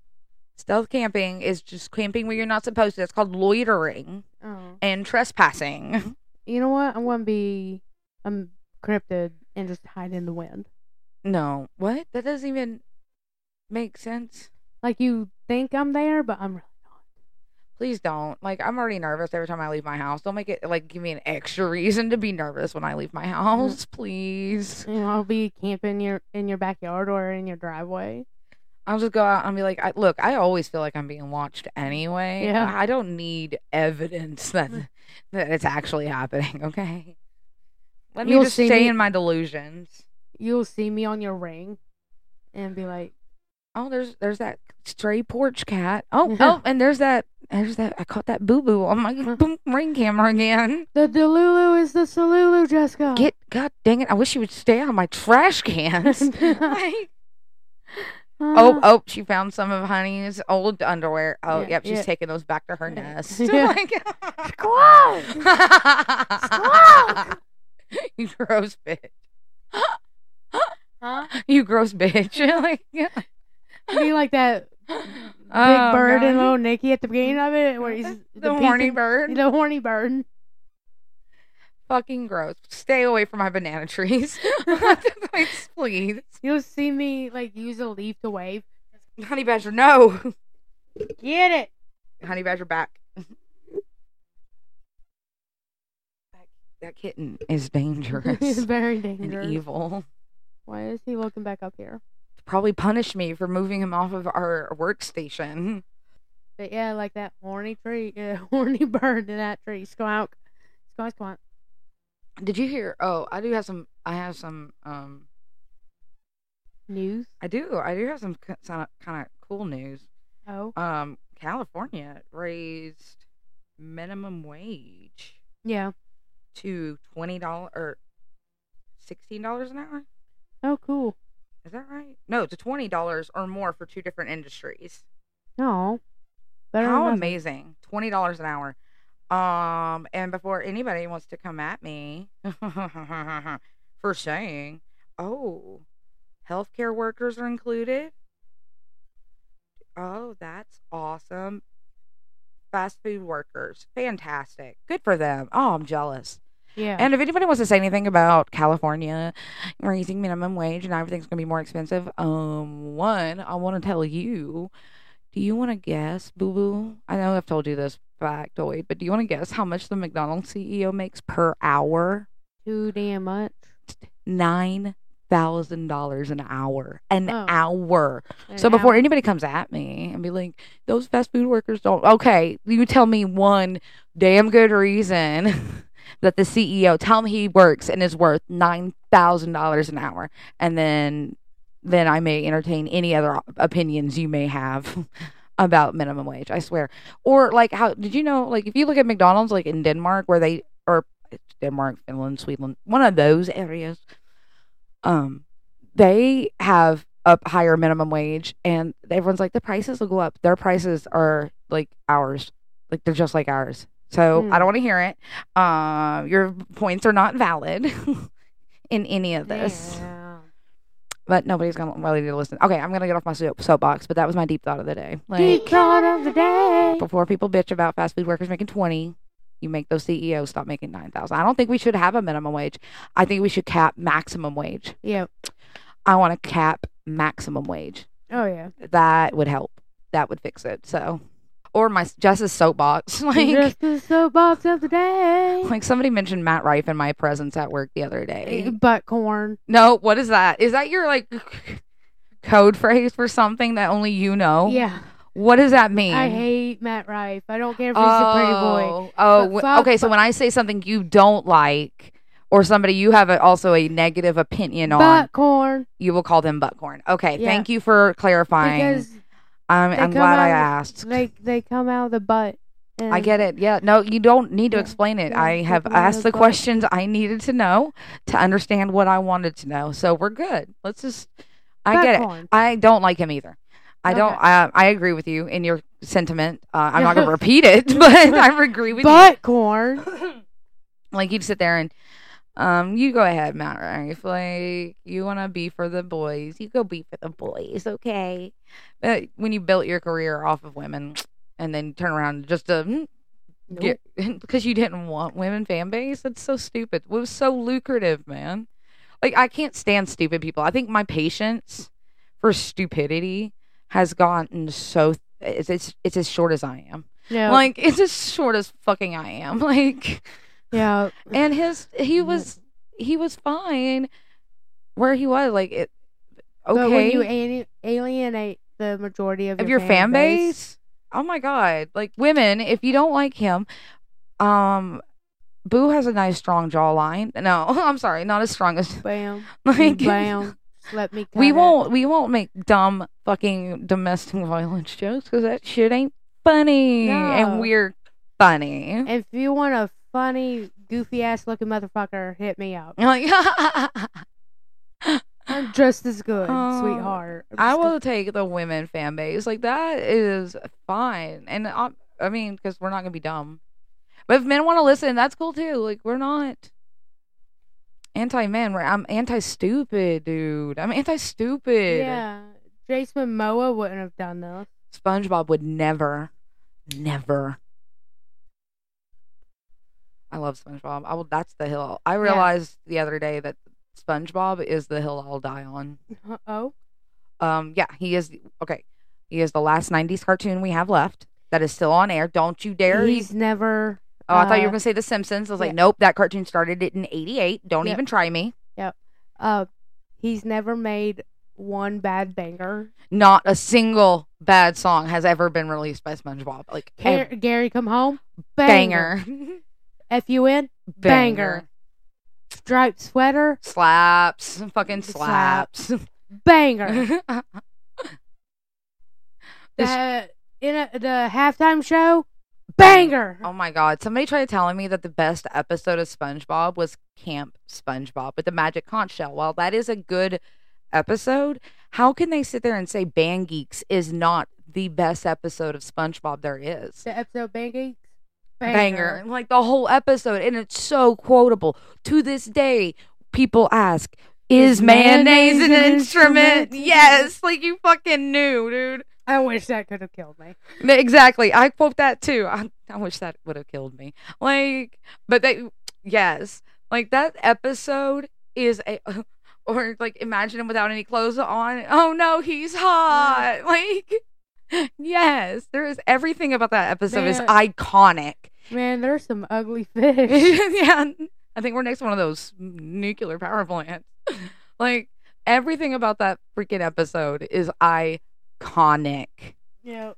B: Stealth camping is just camping where you're not supposed to. It's called loitering
C: Oh,
B: and trespassing.
C: you know what? I'm gonna be um cryptid and just hide in the wind.
B: No, what? That doesn't even make sense.
C: Like you think I'm there, but I'm really not.
B: Please don't. Like, I'm already nervous every time I leave my house. Don't make it like give me an extra reason to be nervous when I leave my house, please.
C: You know, I'll be camping your in your backyard or in your driveway.
B: I'll just go out and be like, I, look, I always feel like I'm being watched anyway.
C: Yeah.
B: I I don't need evidence that
C: Mm.
B: that it's actually happening. Okay. Let me
C: You'll
B: just
C: see
B: stay
C: me-
B: in my delusions.
C: You'll see me on your ring, and be like,
B: Oh, there's there's that stray porch cat. Oh,
C: Yeah.
B: oh, and there's that there's that I caught that boo boo on my boom, ring camera again.
C: "The Delulu is the Salulu, Jessica."
B: Get god dang it! I wish you would stay out of my trash cans. Like, oh,
C: "Uh-huh."
B: oh, she found some of Honey's old underwear. Oh,
C: Yeah,
B: yep, she's
C: yeah.
B: taking those back to her
C: Yeah.
B: nest.
C: Yeah.
B: Like-
C: Squawk! Squawk!
B: you gross bitch.
C: Huh?
B: You gross bitch. like,
C: Be like that big
B: Oh,
C: bird and
B: God.
C: little Nicky at the beginning of it, where he's
B: the,
C: peeping-
B: horny bird.
C: the horny bird.
B: Fucking gross. Stay away from my banana trees. Please, Please.
C: You'll see me like use a leaf to wave.
B: Honey badger, no.
C: Get it?
B: Honey badger, back. That- That kitten is
C: He's
B: dangerous
C: very
B: and
C: dangerous.
B: evil.
C: Why is he looking back up here?
B: Probably punish me for moving him off of our workstation.
C: But yeah, like that horny tree, uh, horny bird in that tree. Squawk, squawk, squawk.
B: Did you hear? Oh, I do have some. I have some. Um,
C: News.
B: I do. I do have some kind of kind of cool news.
C: Oh,
B: Um, California raised minimum wage
C: yeah.
B: to twenty dollars or sixteen dollars an hour.
C: Oh, cool.
B: Is that right? No, it's twenty dollars or more for two different industries.
C: No. Better than
B: How
C: nothing.
B: amazing! Twenty dollars an hour. Um, and before anybody wants to come at me for saying, "Oh, healthcare workers are included." Oh, that's awesome! Fast food workers, fantastic. Good for them. Oh, I'm jealous.
C: Yeah.
B: And if anybody wants to say anything about California raising minimum wage and everything's going to be more expensive, um, one, I want to tell you, do you want to guess, Boo Boo? I know I've told you this factoid, but do you want to guess how much the McDonald's CEO makes per hour?
C: Too damn much.
B: Nine thousand dollars an hour. An
C: Oh.
B: hour.
C: An
B: So before
C: hour.
B: anybody comes at me and be like, those fast food workers don't. Okay, you tell me one damn good reason that the CEO tell me he works and is worth nine thousand dollars an hour, and then then I may entertain any other op- opinions you may have about minimum wage. I swear. Or like, how did you know? Like, if you look at McDonald's, like in Denmark, where they or Denmark, Finland, Sweden, one of those areas, um, they have a higher minimum wage, and everyone's like, the prices will go up. Their prices are like ours, like they're just like ours. So I
C: Hmm.
B: don't want to hear it. Um, your points are not valid in any of this
C: Yeah.
B: but nobody's gonna really to listen. Okay, I'm gonna get off my soap, soapbox, but that was my deep thought of the day. Like
C: Deep thought of the day.
B: before people bitch about fast food workers making twenty, you make those CEOs stop making nine thousand. I don't think we should have a minimum wage. I think we should cap maximum wage.
C: Yeah.
B: I want to cap maximum wage.
C: Oh yeah.
B: That would help. That would fix it. So, or my Jess's soapbox. Like,
C: Just the soapbox of the day.
B: like somebody mentioned Matt Rife in my presence at work the other
C: Eh,
B: day.
C: Butt corn.
B: No, what is that? Is that your like code phrase for something that only you know?
C: Yeah.
B: What does that mean?
C: I hate Matt Rife. I don't care if he's a pretty boy.
B: Oh, oh,
C: But
B: wh-
C: fuck-
B: okay. So when I say something you don't like, or somebody you have a, also a negative opinion on,
C: Butt corn.
B: you will call them buttcorn. Okay,
C: Yeah.
B: thank you for clarifying.
C: Because
B: I'm,
C: they
B: I'm
C: come
B: glad I
C: out
B: asked.
C: like they come out of the butt. And
B: I get it. Yeah. No, you don't need to
C: Yeah,
B: explain it.
C: yeah,
B: I have
C: people wanna
B: asked the
C: butt-
B: questions I needed to know to understand what I wanted to know. So we're good. Let's just. I
C: butt
B: get it.
C: corn.
B: I don't like him either. I don't.
C: Okay.
B: I, I agree with you in your sentiment. Uh, I'm not going to repeat it, but I agree with you.
C: Butt corn.
B: like you'd sit there and um you go ahead matt rife like you want to be for the boys you go be for the boys okay but when you built your career off of women and then turn around just to get because you didn't want women fan base that's so stupid it was so lucrative man like i can't stand stupid people i think my patience for stupidity has gotten so it's it's, it's as short as i am
C: Yeah.
B: like it's as short as fucking i am like
C: yeah.
B: and his he
C: Yeah.
B: was he was fine where he was like it
C: But when
B: okay
C: you ali- alienate the majority of,
B: of your fan base, oh my god like women if you don't like him um boo has a nice strong jawline no i'm sorry not as strong as
C: bam,
B: like
C: bam. Just let me. cut
B: we
C: it.
B: won't we won't make dumb fucking domestic violence jokes because that shit ain't funny
C: No.
B: and we're funny
C: If you want a funny, goofy ass looking motherfucker, hit me up.
B: like
C: I'm just as good,
B: Oh,
C: sweetheart. I'm
B: I
C: just
B: will take the women fan base. Like that is fine, and I, I mean, because we're not gonna be dumb. But if men want to listen, that's cool too. Like we're not anti men. We're I'm anti stupid, dude. I'm anti
C: good.
B: stupid.
C: Yeah, Jason Momoa wouldn't have done this.
B: SpongeBob would never, never. I love SpongeBob. I will. That's the hill. I realized the other day that SpongeBob is the hill I'll die on.
C: Oh,
B: Um, yeah, he is. Okay, he is the last '90s cartoon we have left that is still on air. Don't you dare!
C: he's never.
B: oh, I thought you
C: uh,
B: were gonna say The Simpsons. I was
C: yeah.
B: like, nope, that cartoon started it in '88. Don't
C: Yep.
B: even try me.
C: Uh, he's never made one bad banger.
B: Not a single bad song has ever been released by SpongeBob. Like a
C: Gar- Gary, come home.
B: banger,
C: F U N. Banger. Striped sweater.
B: slaps, fucking slaps,
C: Banger. the in a, the halftime show, banger.
B: Oh my god! Somebody tried telling me that the best episode of SpongeBob was Camp SpongeBob with the magic conch shell. Well, that is a good episode, how can they sit there and say Band Geeks is not the best episode of SpongeBob there is?
C: The episode Bang Geeks?
B: banger. Like the whole episode, and it's so quotable. To this day, people ask, "Is
C: Is mayonnaise
B: mayonnaise an
C: an
B: instrument?"
C: instrument?
B: Yes, like you fucking knew, dude.
C: I wish that could have killed me.
B: No, Exactly. I quote that too. I, I wish that would have killed me. Like, but they, yes, like that episode is a. Or like imagine him without any clothes on. Oh no, he's hot. Like, yes, there is everything about that episode is
C: Man.
B: iconic.
C: Man, there's some ugly fish.
B: yeah, I think we're next to one of those nuclear power plants. like everything about that freaking episode is iconic.
C: yeah.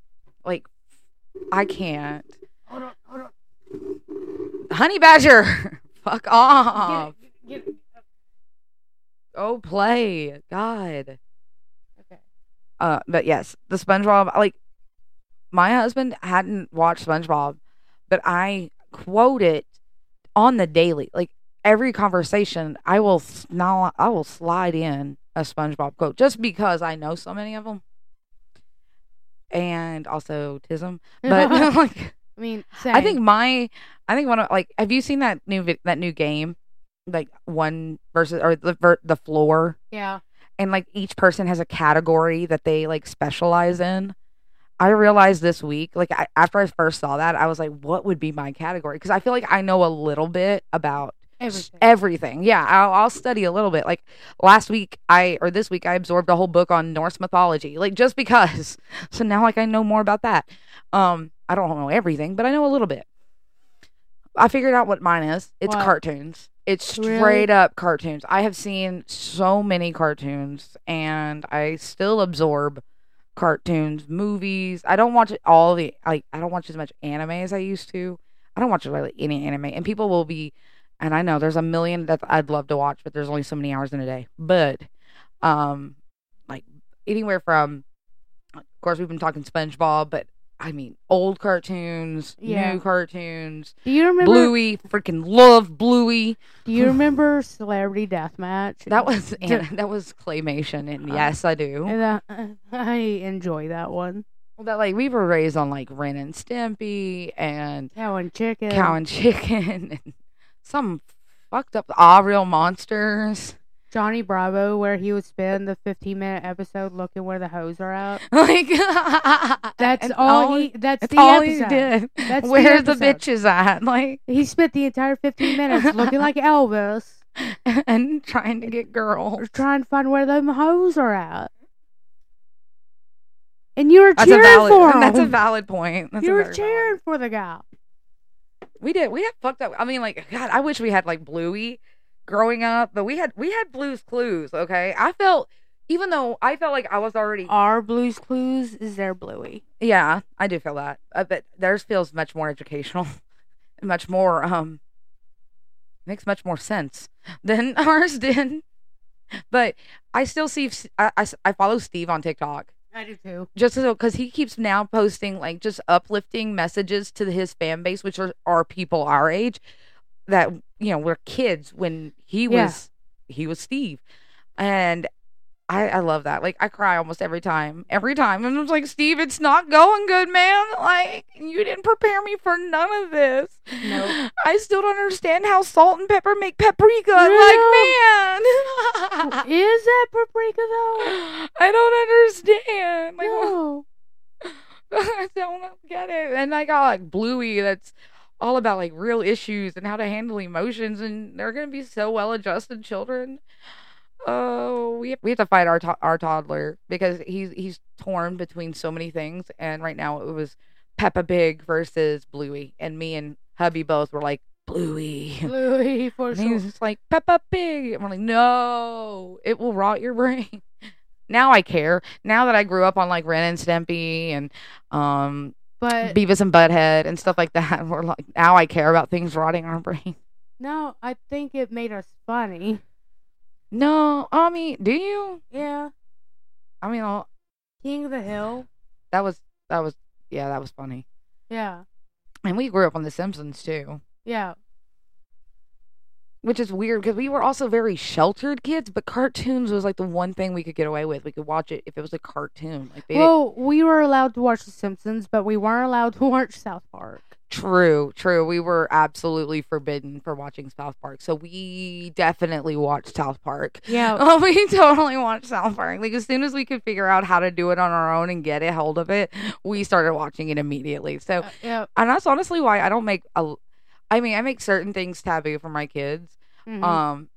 B: Like I can't.
C: Hold on, hold on.
B: Honey Badger, fuck off.
C: Get it, get it, get it.
B: Go play. God.
C: Okay.
B: Uh, but yes, the SpongeBob. Like my husband hadn't watched SpongeBob, but I quote it on the daily. Like every conversation, I will s- now I will slide in a SpongeBob quote just because I know so many of them, and also Tism. But like.
C: I mean,
B: I
C: same.
B: think my I think one of like have you seen that new vid- that new game like one versus or the ver- the floor
C: yeah.
B: and like each person has a category that they like specialize in. I realized this week like I, after I first saw that I was like what would be my category because I feel like I know a little bit about s-
C: Everything.
B: everything. Yeah, I'll, I'll study a little bit. Like last week, I or this week, I absorbed a whole book on Norse mythology, like just because. So now, like, I know more about that. Um, I don't know everything, but I know a little bit. I figured out what mine is. It's
C: What?
B: cartoons. It's
C: Really?
B: straight up cartoons. I have seen so many cartoons, and I still absorb cartoons, movies. I don't watch all the like. I don't watch as much anime as I used to. I don't watch really any anime, and people will be, and I know there's a million that I'd love to watch, but there's only so many hours in a day. But, um, like anywhere from, of course, we've been talking SpongeBob, but I mean old cartoons,
C: Yeah.
B: new cartoons,
C: do you remember?
B: Bluey, freaking love Bluey.
C: Do you remember Celebrity Deathmatch?
B: That was an, that was claymation, and
C: Uh,
B: yes, I do.
C: And, uh, I enjoy that one.
B: Well, that like we were raised on like Ren and Stimpy and
C: Cow and chicken.
B: Cow and Chicken and some fucked up ah real monsters.
C: Johnny Bravo, where he would spend the 15 minute episode looking where the hoes are out.
B: Like
C: That's
B: and
C: all he. That's
B: That's
C: the
B: all
C: episode.
B: he did.
C: That's the
B: Where the,
C: episode.
B: bitches at, like,
C: He spent the entire 15 minutes looking like Elvis,
B: and trying to get girls.
C: trying to find where them hoes are at. And you were
B: That's a
C: cheering
B: valid.
C: for him.
B: That's a valid point. That's a
C: you were
B: very valid-
C: cheering for the guy.
B: We did. We had fucked up. I mean, like, God, I wish we had like Bluey growing up, but we had we had Blue's Clues. Okay, I felt even though I felt like I was already
C: Our Blues Clues is their Bluey.
B: Yeah, I do feel that. Uh, but theirs feels much more educational, and much more um makes much more sense than ours did. But I still see I, I, I follow Steve on TikTok
C: I do too.
B: just so because he keeps now posting like just uplifting messages to his fan base, which are, are people our age that you know were kids when he
C: Yeah.
B: was he was Steve, and I I love that. Like I cry almost every time, every time, and I'm like Steve, it's not going good, man. Like you didn't prepare me for none of this.
C: Nope.
B: I still don't understand how salt and pepper make paprika. Like man.
C: is that paprika though?
B: I don't understand. Like,
C: No.
B: I don't get it. And I got like Bluey that's all about like real issues and how to handle emotions and they're going to be so well adjusted children. Oh, we have, we have to fight our to- our toddler because he's he's torn between so many things and right now it was Peppa Pig versus Bluey and me and hubby both were like Bluey.
C: Bluey for
B: And
C: sure.
B: he's just like Peppa Pig. And we're like, no, it will rot your brain. Now I care. Now that I grew up on like Ren and Stimpy and um
C: But
B: Beavis and Butthead and stuff like that. We're like, now I care about things rotting our brain.
C: no, I think it made us funny.
B: No, I mean, do you?
C: Yeah.
B: I mean, I'll-
C: King of the Hill.
B: that was that was yeah, that was funny.
C: Yeah.
B: And we grew up on The Simpsons too.
C: Yeah.
B: which is weird because we were also very sheltered kids, but cartoons was like the one thing we could get away with. We could watch it if it was a cartoon. Like they
C: Well, we were allowed to watch The Simpsons, but we weren't allowed to watch South Park.
B: True, true. We were absolutely forbidden for watching South Park. So we definitely watched South Park.
C: Yeah.
B: Oh, we totally watched South Park. Like as soon as we could figure out how to do it on our own and get a hold of it, we started watching it immediately. So
C: uh, yeah.
B: and that's honestly why I don't make a I mean, I make certain things taboo for my kids.
C: mhm.
B: Um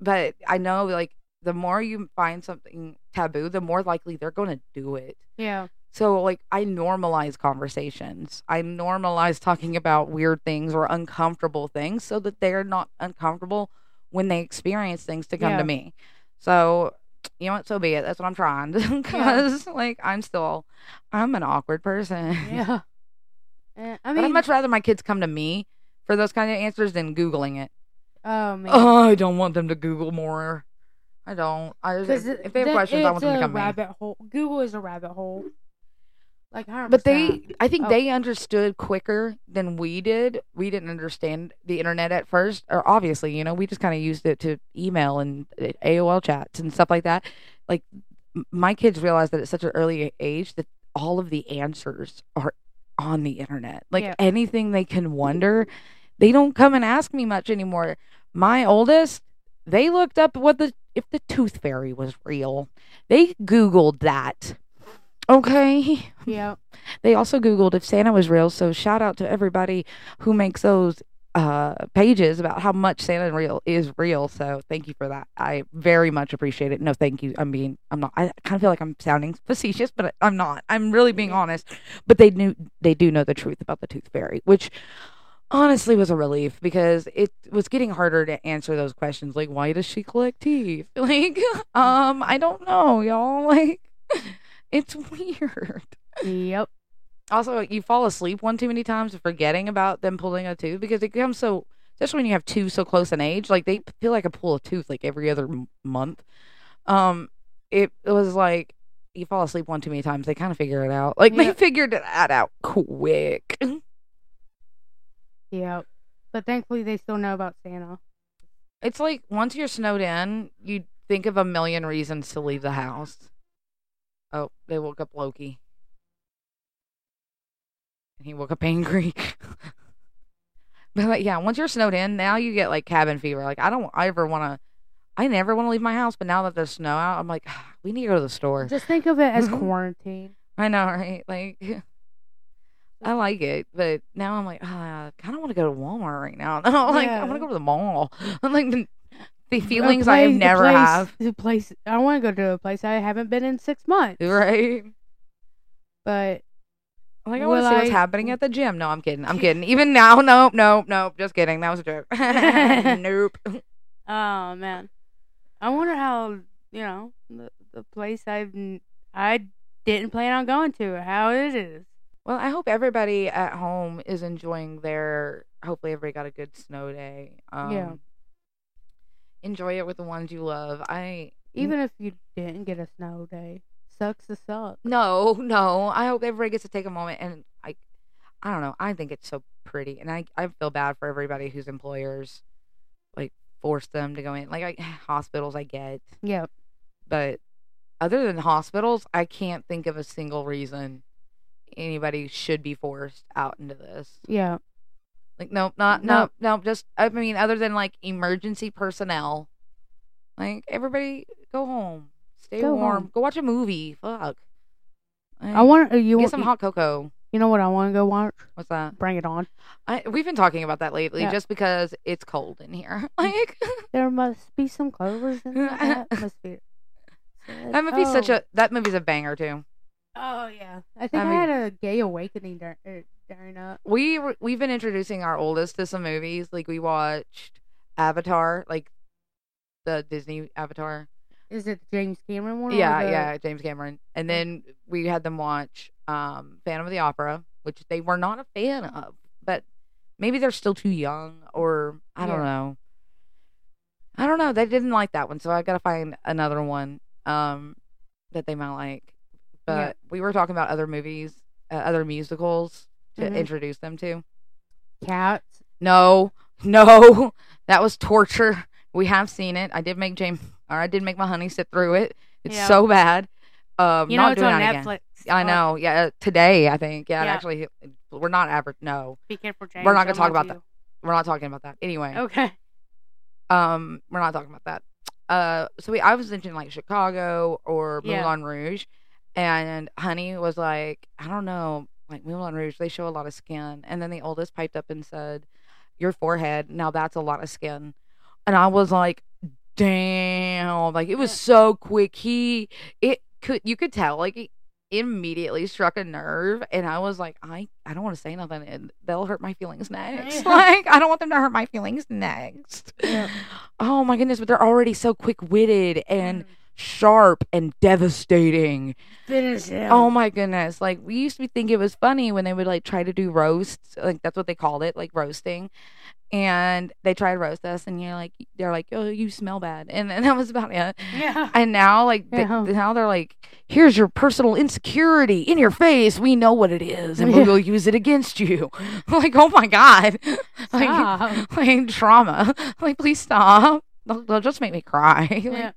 B: but I know like the more you find something taboo, the more likely they're going to do it.
C: yeah.
B: So like I normalize conversations. I normalize talking about weird things or uncomfortable things so that they're not uncomfortable when they experience things to come
C: Yeah.
B: to me. So you know what, so be it. That's what I'm trying. Because like I'm still I'm an awkward person.
C: Yeah. Uh, I
B: but I'd
C: mean,
B: much rather my kids come to me for those kind of answers than Googling it.
C: oh man.
B: Oh, I don't want them to Google more. I don't. I
C: Because
B: if they have questions, I want them to come to me.
C: rabbit hole. Google is a rabbit hole. Like, 100%.
B: But they, I think
C: Oh.
B: they understood quicker than we did. We didn't understand the internet at first, or obviously, you know, we just kind of used it to email and uh, AOL chats and stuff like that. Like, m- my kids realized that at such an early age that all of the answers are on the internet. Like,
C: Yeah.
B: anything they can wonder, they don't come and ask me much anymore. My oldest, they looked up what the if the tooth fairy was real. They Googled that. Okay.
C: Yeah.
B: They also Googled if Santa was real. So shout out to everybody who makes those uh, pages about how much Santa real is real. So thank you for that. I very much appreciate it. No, thank you. I'm being, I'm not. I kind of feel like I'm sounding facetious, but I'm not. I'm really being honest. But they knew, they do know the truth about the Tooth Fairy, which honestly was a relief because it was getting harder to answer those questions. Like, why does she collect teeth? Like, um, I don't know, y'all. Like, it's weird.
C: Yep.
B: Also, you fall asleep one too many times, forgetting about them pulling a tooth because it becomes so. Especially when you have two so close in age, like they feel like a pull a tooth like every other m- month. Um, it, it was like you fall asleep one too many times. They kind of figure it out. Like
C: Yeah.
B: they figured that out quick.
C: Yep. But thankfully, they still know about Santa.
B: It's like once you're snowed in, you think of a million reasons to leave the house. Oh, they woke up Loki. And he woke up angry. but like, yeah, once you're snowed in, now you get like cabin fever. Like I don't ever want to I never want to leave my house, but now that there's snow out, I'm like, we need to go to the store.
C: Just think of it as
B: Mhm.
C: quarantine.
B: I know, right? Like I like it, but now I'm like, ah, I kind of want to go to Walmart right now. No, like I
C: Yeah.
B: want to go to the mall. I'm like the, the
C: A
B: feelings I
C: place- a
B: never
C: place-
B: have.
C: a place I want to go to a place I haven't been in six months.
B: Right?
C: But
B: Like I want to
C: Will
B: see what's
C: I-
B: happening at the gym. No, I'm kidding. I'm kidding. Even now, nope, nope, nope. Just kidding. That was a joke. nope.
C: oh man, I wonder how you know the, the place I've n- I didn't plan on going to how it is.
B: Well, I hope everybody at home is enjoying their. Hopefully, everybody got a good snow day. Um,
C: Yeah.
B: Enjoy it with the ones you love. I
C: Even if you didn't get a snow day, sucks to suck.
B: No, no. I hope everybody gets to take a moment and I I don't know. I think it's so pretty and I I feel bad for everybody whose employers like force them to go in. Like I, hospitals I get,
C: Yeah,
B: but other than hospitals, I can't think of a single reason anybody should be forced out into this.
C: yeah,
B: Like nope, not
C: No.
B: nope, nope. Just I mean other than like emergency personnel. Like everybody go home. Stay
C: Go
B: warm.
C: home.
B: Go watch a movie. Fuck.
C: I want uh, you.
B: Get
C: want-
B: some hot cocoa.
C: You know what I want to go watch?
B: What's that?
C: Bring it on.
B: I, we've been talking about that lately,
C: Yeah.
B: just because it's cold in here. Like
C: There must be some clovers in the atmosphere.
B: that movie's such a that movie's a banger too.
C: Oh yeah, I think I,
B: mean-
C: had a gay awakening during er, during that.
B: We were- we've been introducing our oldest to some movies. Like we watched Avatar, like the Disney Avatar.
C: Is it the James Cameron one? or
B: Yeah,
C: the-
B: yeah, James Cameron. And then we had them watch um Phantom of the Opera, which they were not a fan of, but maybe they're still too young or I don't
C: Yeah.
B: know. I don't know. They didn't like that one, so I got to find another one um that they might like. But
C: Yeah.
B: we were talking about other movies, uh, other musicals to
C: Mhm.
B: introduce them to.
C: Cats.
B: No, no, That was torture. We have seen it. I did make James, or I did make my honey sit through it. It's
C: Yeah.
B: so bad. Um,
C: You
B: not
C: know it's
B: doing
C: on
B: that
C: Netflix.
B: Again. I
C: Oh,
B: know. Yeah, today I think. Yeah, it
C: Yeah.
B: actually, we're not ever. No,
C: Be careful, James.
B: not gonna
C: I'm
B: talk
C: on
B: about we're not talking about that. Anyway,
C: you. Okay.
B: um, we're not talking about that. Uh, so we, I was mentioning like Chicago or
C: Yeah.
B: Moulin Rouge, and Honey was like, I don't know, like Moulin Rouge, they show a lot of skin, and then the oldest piped up and said, Your forehead, now that's a lot of skin, and I was like, Damn, like it was
C: Yeah.
B: so quick. He, it could, you could tell, like it immediately struck a nerve, and I was like, I, I don't want to say nothing, and they'll hurt my feelings next.
C: Yeah.
B: Like I don't want them to hurt my feelings next.
C: Yeah.
B: Oh my goodness, but they're already so quick witted and
C: Mm.
B: sharp and devastating.
C: finish him.
B: Oh my goodness. Like we used to think it was funny when they would like try to do roasts, like that's what they called it, like roasting. And they try to roast us and you're like they're like, Oh, you smell bad and, and that was about it.
C: Yeah.
B: And now like they,
C: Yeah.
B: now they're like, Here's your personal insecurity in your face. We know what it is and we
C: Yeah.
B: will use it against you. like, oh my God. like
C: Stop.
B: like trauma. Like, please stop. They'll, they'll just make me cry. Like,
C: Yeah.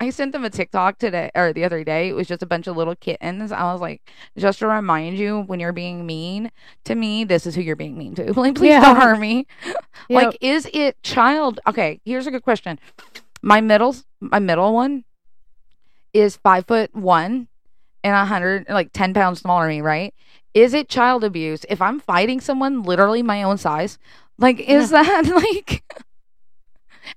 B: I sent them a TikTok today or the other day. It was just a bunch of little kittens. I was like, just to remind you, when you're being mean to me, this is who you're being mean to. Like, please
C: Yeah.
B: don't hurt me.
C: Yep.
B: Like, is it child? Okay, here's a good question. My middle, my middle one, is five foot one, and a hundred like ten pounds smaller than me. Right? Is it child abuse if I'm fighting someone literally my own size? Like, is that like?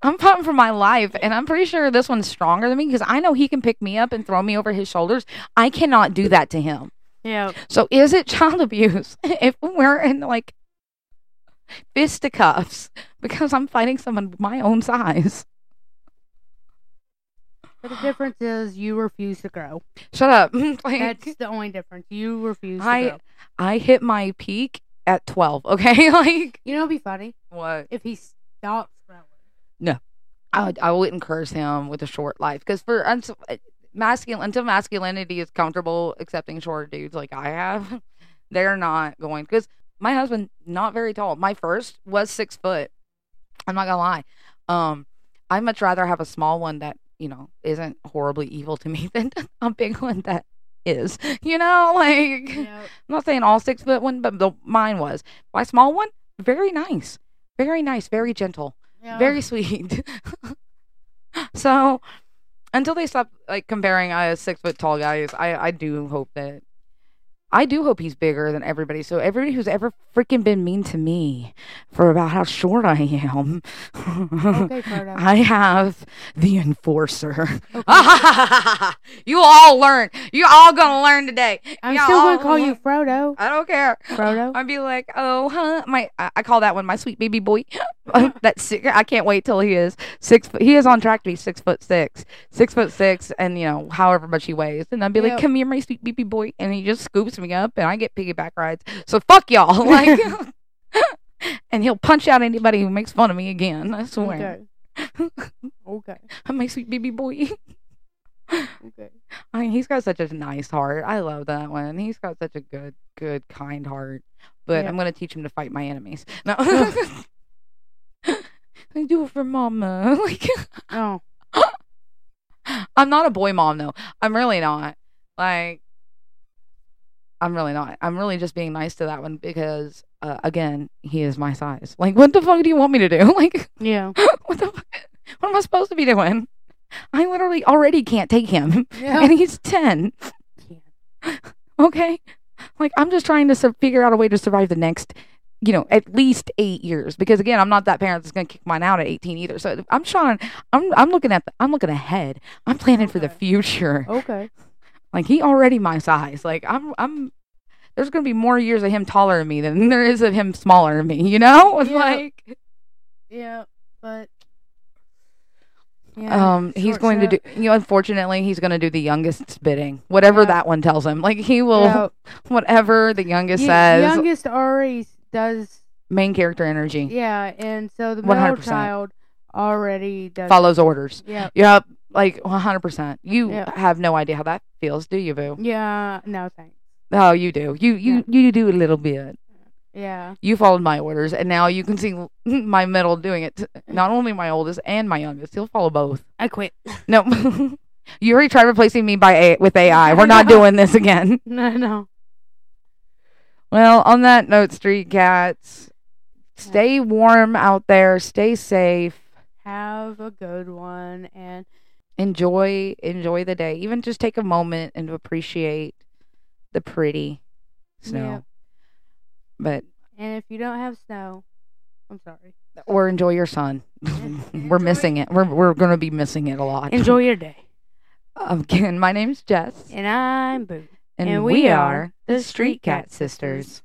B: I'm fighting for my life, and I'm pretty sure this one's stronger than me because I know he can pick me up and throw me over his shoulders. I cannot do that to him.
C: yeah.
B: So is it child abuse if we're in like fisticuffs because I'm fighting someone my own size?
C: But the difference is you refuse to grow.
B: Shut up. Like,
C: That's the only difference. You refuse to
B: I-
C: grow.
B: I hit my peak at 12, okay? like
C: You know, it'd be funny
B: what?
C: if he stops growing.
B: I, would- I wouldn't curse him with a short life cuz for uns- masculine until masculinity is comfortable accepting short dudes like I have, they're not going cuz my husband not very tall. My first was 6 foot. I'm not gonna lie. Um, I'd much rather have a small one that you know isn't horribly evil to me than a big one that is. You know, like
C: You know,
B: I'm not saying all six foot one, but the, mine was my small one. Very nice, very nice, very gentle,
C: you know,
B: very sweet. so until they stop like comparing uh, six foot tall guys, I I do hope that. I do hope he's bigger than everybody. So everybody who's ever freaking been mean to me for about how short I am,
C: Okay, Frodo.
B: I have the enforcer.
C: Okay.
B: you all learn. You all gonna learn today.
C: I'm
B: Y'all
C: still
B: all
C: gonna call you
B: learn.
C: Frodo.
B: I don't care.
C: Frodo.
B: I'd be like, oh, huh? My, I I call that one my sweet baby boy. That's sick. I can't wait till he is six. Foot, he is on track to be six foot six, six foot six, and you know however much he weighs. And I'd be
C: Yep.
B: like, come here, my sweet baby boy, and he just scoops me up, and I get piggyback rides. So fuck y'all, like. And he'll punch out anybody who makes fun of me again. I swear.
C: Okay. okay.
B: My sweet baby boy.
C: Okay.
B: I mean, he's got such a nice heart. I love that one. He's got such a good, good, kind heart. But
C: Yeah.
B: I'm gonna teach him to fight my enemies. No, I do it for mama. Like
C: Oh.
B: I'm not a boy mom though. I'm really not. Like I'm really not. I'm really just being nice to that one because, uh, again, he is my size. Like, what the fuck do you want me to do? Like,
C: Yeah.
B: what the fuck? What am I supposed to be doing? I literally already can't take him,
C: Yeah.
B: and he's ten. okay like i'm just trying to su- figure out a way to survive the next you know at least eight years because again i'm not that parent that's going to kick mine out at 18 either so i'm trying i'm, I'm looking at the, i'm looking ahead i'm planning for the
C: Okay.
B: future
C: Okay.
B: like he already my size like i'm i'm there's going to be more years of him taller than me than there is of him smaller than me you know it's
C: Yeah.
B: like
C: Yeah. But.
B: um he's going to do you know unfortunately he's going to do the youngest's bidding whatever
C: Yeah.
B: that one tells him like he will whatever the youngest says
C: youngest already s- does.
B: main character energy
C: Yeah, and so the middle
B: 100%.
C: child already does.
B: follows orders.
C: Yeah.
B: Yep, like 100%. You
C: Yeah.
B: have no idea how that feels, do you, boo?
C: Yeah. No thanks.
B: Oh, you do. You you you do a little bit.
C: Yeah.
B: You followed my orders, and now you can see my middle doing it. To not only my oldest and my youngest, he'll follow both.
C: I quit.
B: No, you already tried replacing me by a- with AI. We're not
C: I know.
B: doing this again.
C: No, no.
B: Well, on that note, street cats, stay warm out there. Stay safe.
C: Have a good one and
B: Enjoy, enjoy the day. Even just take a moment and appreciate the pretty snow.
C: Yeah.
B: But
C: and if you don't have snow, I'm sorry.
B: or enjoy your sun. we're
C: Enjoy-
B: missing it. We're we're gonna be missing it a lot.
C: Enjoy your day.
B: Again, my name's Jess,
C: And I'm Boo.
B: and, we, are the Street Cat Sisters.